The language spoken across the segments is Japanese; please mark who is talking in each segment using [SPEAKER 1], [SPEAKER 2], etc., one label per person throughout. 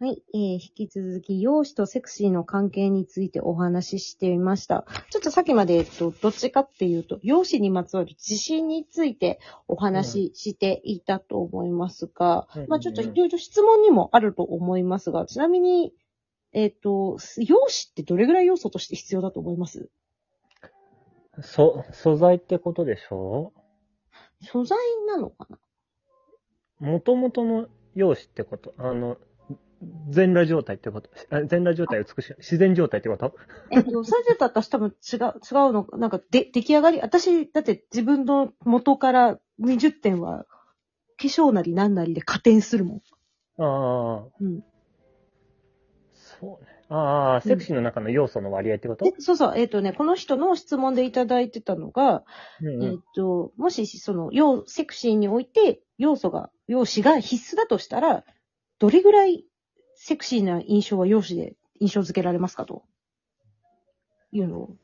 [SPEAKER 1] はい、えー、引き続き、容姿とセクシーの関係についてお話ししてみました。ちょっとさっきまで、えっと、どっちかっていうと、容姿にまつわる自信についてお話ししていたと思いますが、
[SPEAKER 2] うん
[SPEAKER 1] まあちょっと
[SPEAKER 2] うんうん
[SPEAKER 1] いろいろ質問にもあると思いますが、ちなみに、えっと、容姿ってどれぐらい要素として必要だと思います
[SPEAKER 2] そ、素材ってことでしょ
[SPEAKER 1] 素材なのかな
[SPEAKER 2] 元々の容姿ってことあの、全裸状態ってことあ全裸状態美しい。自然状態ってこと
[SPEAKER 1] えっと、サジェと私多分違う、違うの、なんかで、出来上がり私、だって自分の元から20点は、化粧なりなんなりで加点するもん。
[SPEAKER 2] ああ。
[SPEAKER 1] うん
[SPEAKER 2] そうね。ああ、セクシーの中の要素の割合ってこと
[SPEAKER 1] で、そうそう、えっ、とね、この人の質問でいただいてたのが、
[SPEAKER 2] うんう
[SPEAKER 1] えっ
[SPEAKER 2] ん。
[SPEAKER 1] と、もし、その、要、セクシーにおいて、要素が、容姿が必須だとしたら、どれぐらいセクシーな印象は容姿で印象付けられますかと。いうのを、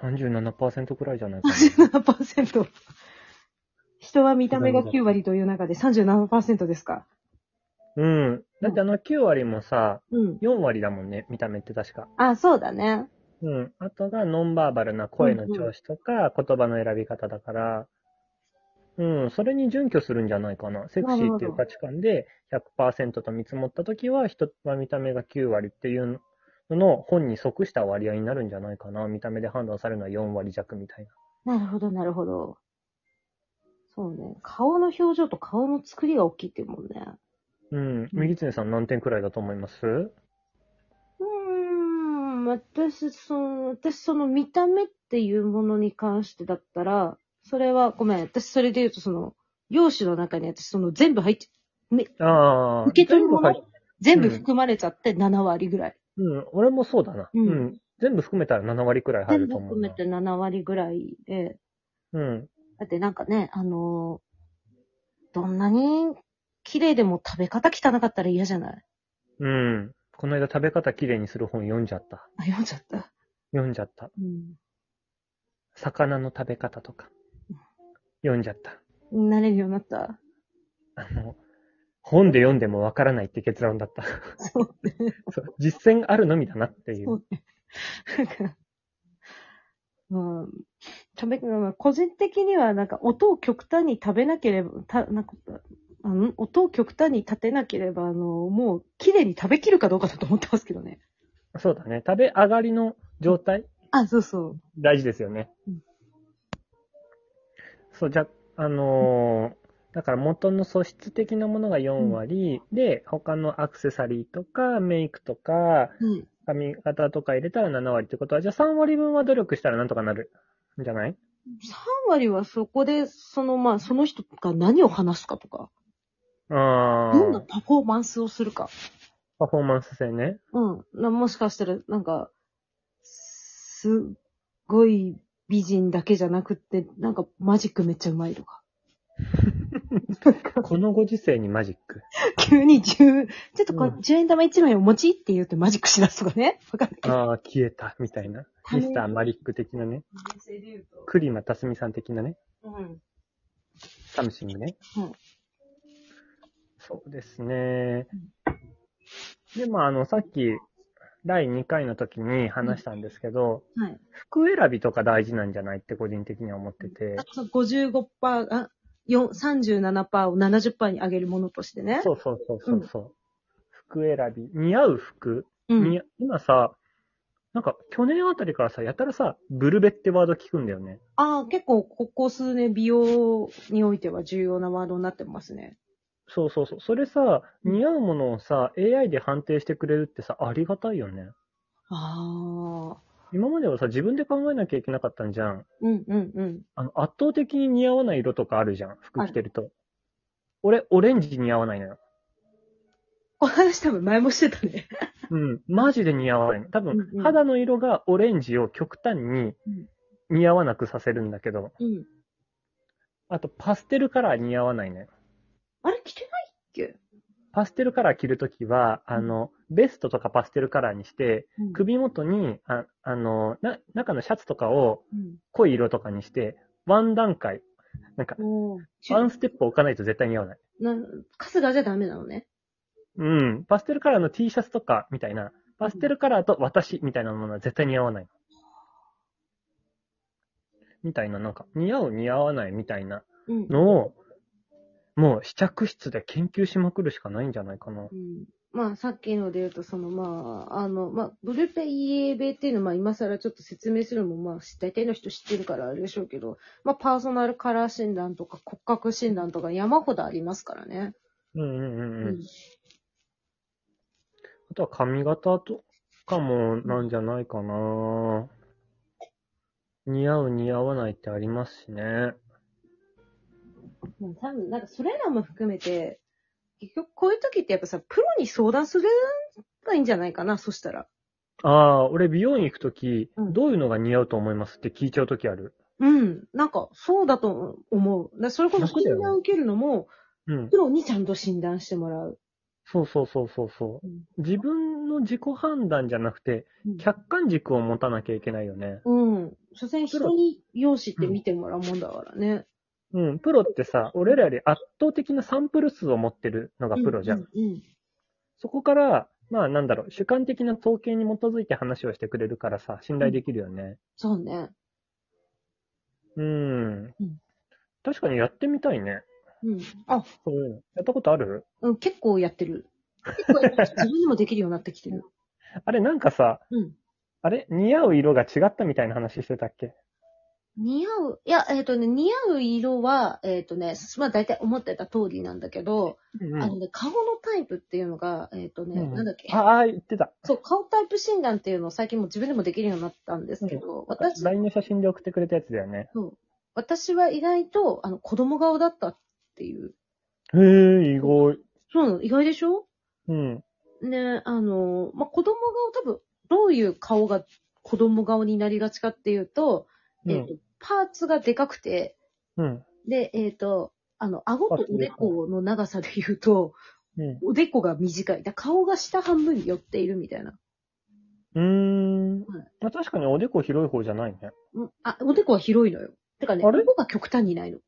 [SPEAKER 2] 37%くらいじゃ ないかな。
[SPEAKER 1] 37%。人は見た目が9割という中で37%ですか。
[SPEAKER 2] うん。だってあの9割もさ、
[SPEAKER 1] うん。
[SPEAKER 2] 4割だもんね、見た目って確か。
[SPEAKER 1] あ、そうだね。
[SPEAKER 2] うん。あとがノンバーバルな声の調子とか、言葉の選び方だから、うん、それに準拠するんじゃないかな。セクシーっていう価値観で100%と見積もったときは、人は見た目が9割っていうのの本に即した割合になるんじゃないかな。見た目で判断されるのは4割弱みたいな。
[SPEAKER 1] なるほど、なるほど。そうね。顔の表情と顔の作りが大きいっていうもんね。
[SPEAKER 2] うん。みぎつねさん何点くらいだと思います
[SPEAKER 1] うーん、私、その、私、その見た目っていうものに関してだったら、それは、ごめん、私、それで言うと、その、容姿の中に私、その、全部入って、
[SPEAKER 2] ああ。
[SPEAKER 1] 受け取り
[SPEAKER 2] 全部
[SPEAKER 1] 物
[SPEAKER 2] 入っ
[SPEAKER 1] 全部含まれちゃって7割ぐらい。
[SPEAKER 2] うん、俺もそうだな。
[SPEAKER 1] う
[SPEAKER 2] うんん。全部含めたら7割くらい入
[SPEAKER 1] 全
[SPEAKER 2] る
[SPEAKER 1] 部
[SPEAKER 2] と思
[SPEAKER 1] 含
[SPEAKER 2] うな。
[SPEAKER 1] めて7割ぐらいで、
[SPEAKER 2] うん。
[SPEAKER 1] だってなんかね、あのーどんなに綺麗でも食べ方汚かったら嫌じゃない
[SPEAKER 2] うん。この間食べ方きれいにする本読んじゃった。
[SPEAKER 1] あ、読んじゃった。
[SPEAKER 2] 読んじゃった。
[SPEAKER 1] う
[SPEAKER 2] 魚の食べ方とか。読んじゃった。
[SPEAKER 1] ん。慣れるようになった。
[SPEAKER 2] あの、本で読んでもわからないって結論だった。
[SPEAKER 1] そうね。
[SPEAKER 2] そう実践あるのみだなってい
[SPEAKER 1] そう
[SPEAKER 2] う。
[SPEAKER 1] ね。なんか、まあ、食べ、まあ個人的にはなんか音を極端に食べなければ、た、なんか、あの、音を極端に立てなければ、あの、もう、綺麗に食べきるかどうかだと思ってますけどね。
[SPEAKER 2] そうだね。食べ上がりの状態、
[SPEAKER 1] あ、そうそう。
[SPEAKER 2] 大事ですよね
[SPEAKER 1] うん。
[SPEAKER 2] そう、じゃ、あのーだから元の素質的なものが4割、で、他のアクセサリーとか、メイクとか、
[SPEAKER 1] うん。
[SPEAKER 2] 髪型とか入れたら7割ってことは、じゃあ3割分は努力したらなんとかなるんじゃない
[SPEAKER 1] 3割はそこで、その、まあ、その人が何を話すかとか、
[SPEAKER 2] あ
[SPEAKER 1] どんな
[SPEAKER 2] あ、
[SPEAKER 1] パフォーマンスをするか。
[SPEAKER 2] パフォーマンス性ね。
[SPEAKER 1] うん。なもしかしたら、なんか、すっごい美人だけじゃなくって、なんかマジックめっちゃうまいと か。
[SPEAKER 2] このご時世にマジック。
[SPEAKER 1] 急に10、ちょっとこう、
[SPEAKER 2] うん
[SPEAKER 1] 10円玉1枚を持ちって言ってマジックしだすとかね。わかんないけど。
[SPEAKER 2] ああ、消えた、みたいな。
[SPEAKER 1] ため
[SPEAKER 2] ミスターマリック的なね。栗間すみさん的なね。
[SPEAKER 1] うん。
[SPEAKER 2] サムシングね。
[SPEAKER 1] うん
[SPEAKER 2] そうですね。で、まあ、あの、さっき、第2回の時に話したんですけど、
[SPEAKER 1] はい。
[SPEAKER 2] 服選びとか大事なんじゃないって個人的には思ってて
[SPEAKER 1] あ、と55%、あ、4 37%を70%に上げるものとしてね。
[SPEAKER 2] そうそうそうそうそう。服選び、似合う服、
[SPEAKER 1] う
[SPEAKER 2] 似
[SPEAKER 1] ん。
[SPEAKER 2] 合今さ、なんか去年あたりからさ、やたらさ、ブルベってワード聞くんだよね。
[SPEAKER 1] ああ、結構ここ数年美容においては重要なワードになってますね。
[SPEAKER 2] そうそうそう。それさ、似合うものをさ、AI で判定してくれるってさ、ありがたいよね。
[SPEAKER 1] ああ。
[SPEAKER 2] 今まではさ、自分で考えなきゃいけなかったんじゃん。
[SPEAKER 1] うんうんうん。
[SPEAKER 2] あの、圧倒的に似合わない色とかあるじゃん、服着てると。俺、オレンジ似合わないのよ。
[SPEAKER 1] この話多分前もしてたね。
[SPEAKER 2] うん、マジで似合わないの。多分、
[SPEAKER 1] うんうん
[SPEAKER 2] 肌の色がオレンジを極端に
[SPEAKER 1] うん
[SPEAKER 2] 似合わなくさせるんだけど、
[SPEAKER 1] うん。
[SPEAKER 2] あと、パステルカラー似合わないのよ。
[SPEAKER 1] あれ着てないっけ
[SPEAKER 2] パステルカラー着るときは、あの、ベストとかパステルカラーにして、首元に、ああのな、中のシャツとかを
[SPEAKER 1] うん。
[SPEAKER 2] 濃い色とかにして、ワン段階、なんか、
[SPEAKER 1] おー
[SPEAKER 2] ワンステップ置かないと絶対似合わない。
[SPEAKER 1] な、春日じゃダメなのね。
[SPEAKER 2] うん。パステルカラーの T シャツとかみたいな、パステルカラーと私みたいなものは絶対似合わない。みたいな、なんか、似合う似合わないみたいな
[SPEAKER 1] うん。
[SPEAKER 2] のを、もう試着室で研究しまくるしかないんじゃないかな。
[SPEAKER 1] うんまあ、さっきので言うと、その、まあ、あの、まあ、ブルペイエーベっていうのは、まあ、今更ちょっと説明するのも、まあ、大体の人知ってるからあれでしょうけど、まあ、パーソナルカラー診断とか骨格診断とか山ほどありますからね。
[SPEAKER 2] うんうんうんうん。
[SPEAKER 1] うん
[SPEAKER 2] あとは髪型とかもなんじゃないかな。似合う似合わないってありますしね。
[SPEAKER 1] もう多分、なんかそれらも含めて、結局こういう時ってやっぱさ、プロに相談するがいいんじゃないかな、そしたら。
[SPEAKER 2] ああ、俺美容院行くとき、
[SPEAKER 1] うん
[SPEAKER 2] どういうのが似合うと思いますって聞いちゃうときある。
[SPEAKER 1] うん。なんか、そうだと思う。だそれこそ
[SPEAKER 2] 楽だよ
[SPEAKER 1] 診
[SPEAKER 2] ね
[SPEAKER 1] 断受けるのも、
[SPEAKER 2] うん。
[SPEAKER 1] プロにちゃんと診断してもらう。
[SPEAKER 2] そうそうそうそうそう
[SPEAKER 1] うん。
[SPEAKER 2] 自分の自己判断じゃなくて、客観軸を持たなきゃいけないよね。
[SPEAKER 1] うん。所詮
[SPEAKER 2] プ
[SPEAKER 1] 人
[SPEAKER 2] ロ
[SPEAKER 1] に容姿って見てもらうもんだからね。
[SPEAKER 2] うん。プロってさ、俺らより圧倒的なサンプル数を持ってるのがプロじゃん。
[SPEAKER 1] うん。うん
[SPEAKER 2] そこから、まあなんだろう、主観的な統計に基づいて話をしてくれるからさ、信頼できるよね。
[SPEAKER 1] そうね。
[SPEAKER 2] うん。
[SPEAKER 1] ん
[SPEAKER 2] 確かにやってみたいね。
[SPEAKER 1] うん。あ、
[SPEAKER 2] そういうの。やったことある
[SPEAKER 1] うん、結構やってる。結構やってる自分でもできるようになってきてる。
[SPEAKER 2] あれなんかさ、
[SPEAKER 1] うん。
[SPEAKER 2] あれ似合う色が違ったみたいな話してたっけ
[SPEAKER 1] 似合う、いや、えっ、とね、似合う色は、えっ、とね、まあ大体思ってた通りなんだけど、
[SPEAKER 2] うん
[SPEAKER 1] あのね、顔のタイプっていうのが、えっ、とね、
[SPEAKER 2] うん
[SPEAKER 1] なんだっけ、
[SPEAKER 2] ああ、言ってた。
[SPEAKER 1] そう、顔タイプ診断っていうのを最近もう自分でもできるようになったんですけど、私、
[SPEAKER 2] LINE の写真で送ってくれたやつだよね。
[SPEAKER 1] そう私は意外と、あの、子供顔だったっていう。
[SPEAKER 2] へえ、意外。
[SPEAKER 1] そうなの、意外でしょ
[SPEAKER 2] うん。
[SPEAKER 1] ね、あの、まあ、子供顔、多分、どういう顔が子供顔になりがちかっていうと、
[SPEAKER 2] う
[SPEAKER 1] えっ、
[SPEAKER 2] ん
[SPEAKER 1] と。、パーツがでかくて、
[SPEAKER 2] うん。
[SPEAKER 1] で、えっ、と、あの、顎とおでこの長さで言うと、
[SPEAKER 2] う
[SPEAKER 1] おでこが短い。だ顔が下半分に寄っているみたいな。
[SPEAKER 2] ん。うーん
[SPEAKER 1] はい。
[SPEAKER 2] まあ確かにおでこ広い方じゃないね。
[SPEAKER 1] うんあ、おでこは広いのよ。てかね、
[SPEAKER 2] あれ
[SPEAKER 1] 顎が極端にないの。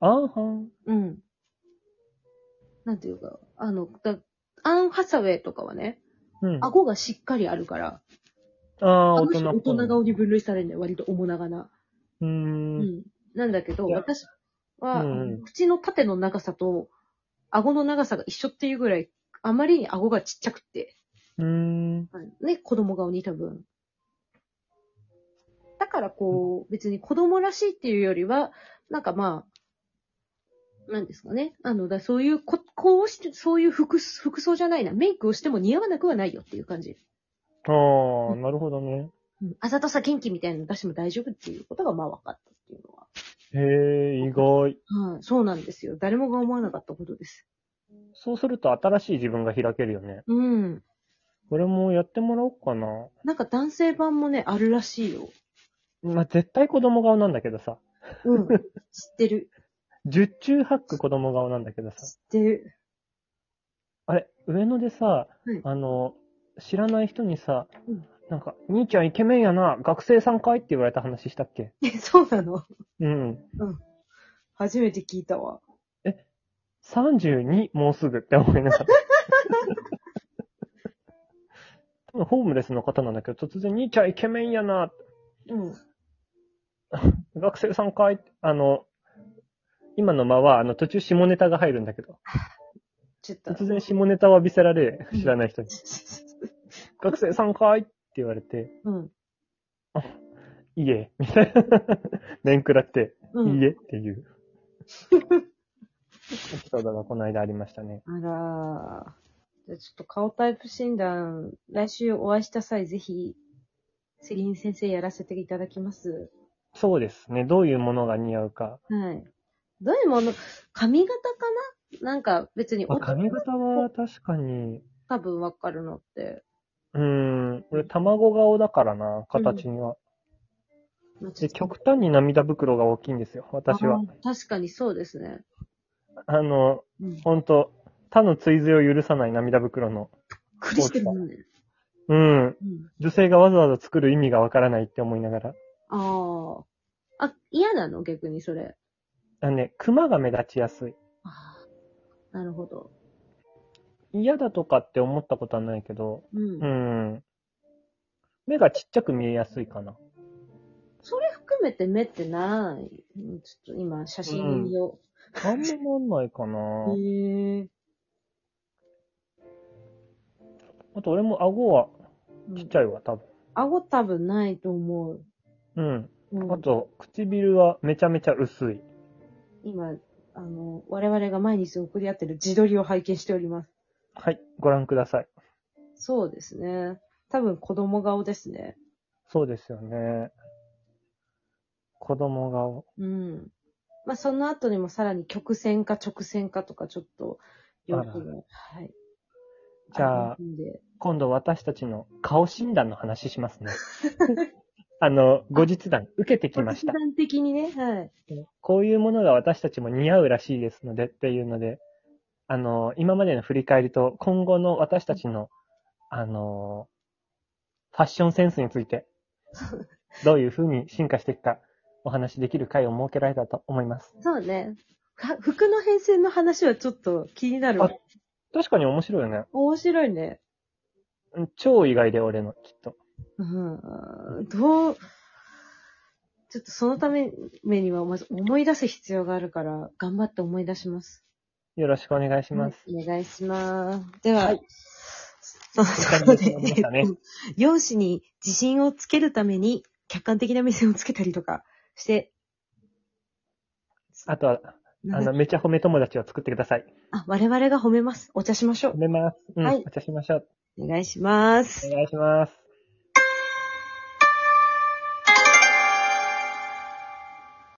[SPEAKER 2] あーはん。
[SPEAKER 1] うん。なんていうか、あの、だアン・ハサウェイとかはね、
[SPEAKER 2] うん。あ
[SPEAKER 1] 顎がしっかりあるから、
[SPEAKER 2] あ
[SPEAKER 1] あ
[SPEAKER 2] ー、
[SPEAKER 1] の
[SPEAKER 2] 大
[SPEAKER 1] 人
[SPEAKER 2] 人
[SPEAKER 1] 大
[SPEAKER 2] っぽい。
[SPEAKER 1] 人顔に分類されるんだよ、割と重長な。
[SPEAKER 2] うー。
[SPEAKER 1] うんん。なんだけど、
[SPEAKER 2] いや
[SPEAKER 1] 私は、
[SPEAKER 2] うんうん
[SPEAKER 1] 口の縦の長さと、顎の長さが一緒っていうぐらい、あまりに顎がちっちゃくて、
[SPEAKER 2] うーん。
[SPEAKER 1] ね、子供顔に多分。だからこう、別に子供らしいっていうよりは、なんかまあ、なんですかね。あの、だそういうこ、こうして、そういう服、服装じゃないな。メイクをしても似合わなくはないよっていう感じ。
[SPEAKER 2] ああ、なるほどね。
[SPEAKER 1] うん。あざとさ元気みたいなの出しても大丈夫っていうことがまあ分かったっていうのは。
[SPEAKER 2] へえ、意外。
[SPEAKER 1] はい、そうなんですよ。誰もが思わなかったことです。
[SPEAKER 2] そうすると新しい自分が開けるよね。
[SPEAKER 1] うん。
[SPEAKER 2] 俺もやってもらおうかな。
[SPEAKER 1] なんか男性版もね、あるらしいよ。
[SPEAKER 2] まあ、絶対子供顔なんだけどさ。
[SPEAKER 1] うん。知ってる。
[SPEAKER 2] 十中八九子供顔なんだけどさ。
[SPEAKER 1] 知ってる。
[SPEAKER 2] あれ、上野でさ、
[SPEAKER 1] うん
[SPEAKER 2] あの、知らない人にさ、
[SPEAKER 1] うん
[SPEAKER 2] なんか、兄ちゃんイケメンやな、学生さんかいって言われた話したっけ
[SPEAKER 1] え、そうなの
[SPEAKER 2] うん。
[SPEAKER 1] 初めて聞いたわ。
[SPEAKER 2] 32、もうすぐって思いながら。 多分ホームレスの方なんだけど、突然、兄ちゃんイケメンやな、
[SPEAKER 1] うん。
[SPEAKER 2] 学生さんかいあの、今の間は、あの、途中下ネタが入るんだけど、
[SPEAKER 1] ちょっと。
[SPEAKER 2] 突然下ネタを浴びせられ
[SPEAKER 1] うん、
[SPEAKER 2] 知らない人に、学生さんかいって言われて、
[SPEAKER 1] うん。
[SPEAKER 2] いいえ、みたいな。 面食らって、
[SPEAKER 1] う
[SPEAKER 2] いい
[SPEAKER 1] ん。
[SPEAKER 2] えっていう。エピソードがこの間ありましたね。
[SPEAKER 1] あらーじゃあちょっと顔タイプ診断、来週お会いした際、ぜひ、セリン先生やらせていただきます。
[SPEAKER 2] そうですね。どういうものが似合うか。
[SPEAKER 1] はい。どういうもの、髪型かななんか別に、
[SPEAKER 2] まあ髪型は確かに、
[SPEAKER 1] 多分わかるのって。
[SPEAKER 2] うーん、俺卵顔だからな、形には。
[SPEAKER 1] まあ
[SPEAKER 2] で、極端に涙袋が大きいんですよ、私は。。
[SPEAKER 1] あー確かにそうですね。
[SPEAKER 2] あの、
[SPEAKER 1] うん。
[SPEAKER 2] ほんと、他の追随を許さない涙袋の。
[SPEAKER 1] 苦しくなるね。
[SPEAKER 2] うん。
[SPEAKER 1] うん。
[SPEAKER 2] 女性がわざわざ作る意味がわからないって思いながら。
[SPEAKER 1] ああ。あ、嫌なの逆にそれ。
[SPEAKER 2] あのね、クマが目立ちやすい。
[SPEAKER 1] ああ。なるほど。
[SPEAKER 2] 嫌だとかって思ったことはないけど、
[SPEAKER 1] うん。
[SPEAKER 2] うん。目がちっちゃく見えやすいかな。
[SPEAKER 1] それ含めて目ってない。うんちょっと今、写真を。
[SPEAKER 2] あんまなんないかな。
[SPEAKER 1] へえ。
[SPEAKER 2] あと俺も顎はちっち
[SPEAKER 1] ゃい。
[SPEAKER 2] ゃいわ、多分。
[SPEAKER 1] 顎多分ないと思う。
[SPEAKER 2] うん。
[SPEAKER 1] うん
[SPEAKER 2] あと、唇はめちゃめちゃ薄い。
[SPEAKER 1] 今、あの、我々が毎日送り合ってる自撮りを拝見しております。
[SPEAKER 2] はい、ご覧ください。
[SPEAKER 1] そうですね。多分子供顔ですね。
[SPEAKER 2] そうですよね。子供顔。
[SPEAKER 1] うん。まあ、その後にもさらに曲線か直線かとかちょっと、よくも、はい。
[SPEAKER 2] じゃあ
[SPEAKER 1] るんで
[SPEAKER 2] 今度私たちの顔診断の話しますね。あの、後日談受けてきました
[SPEAKER 1] 一。般的にね、はい。
[SPEAKER 2] こういうものが私たちも似合うらしいですのでっていうので、あの、今までの振り返りと今後の私たちの、あの、ファッションセンスについ て、どういう風に進化していくか、お話しできる会を設けられたと思います。
[SPEAKER 1] そうね。は服の変遷の話はちょっと気になるわ
[SPEAKER 2] あ。確かに面白いよね。
[SPEAKER 1] 面白いね。
[SPEAKER 2] うん超意外で俺の、きっと。
[SPEAKER 1] うん。どう、ちょっとそのため目にはまず思い出す必要があるから、頑張って思い出します。
[SPEAKER 2] よろしくお願いします。
[SPEAKER 1] お願いします。では、
[SPEAKER 2] はい
[SPEAKER 1] そのところで
[SPEAKER 2] お疲れ様でしたね
[SPEAKER 1] えっと容姿に自信をつけるために、客観的な目線をつけたりとかして、
[SPEAKER 2] あとは、あ の、めちゃ褒め友達を作ってください。
[SPEAKER 1] あ、我々が褒めます。お茶しましょ
[SPEAKER 2] 褒めます。うん、
[SPEAKER 1] はい
[SPEAKER 2] お茶しましょう。
[SPEAKER 1] う。お願いします。
[SPEAKER 2] お願いします。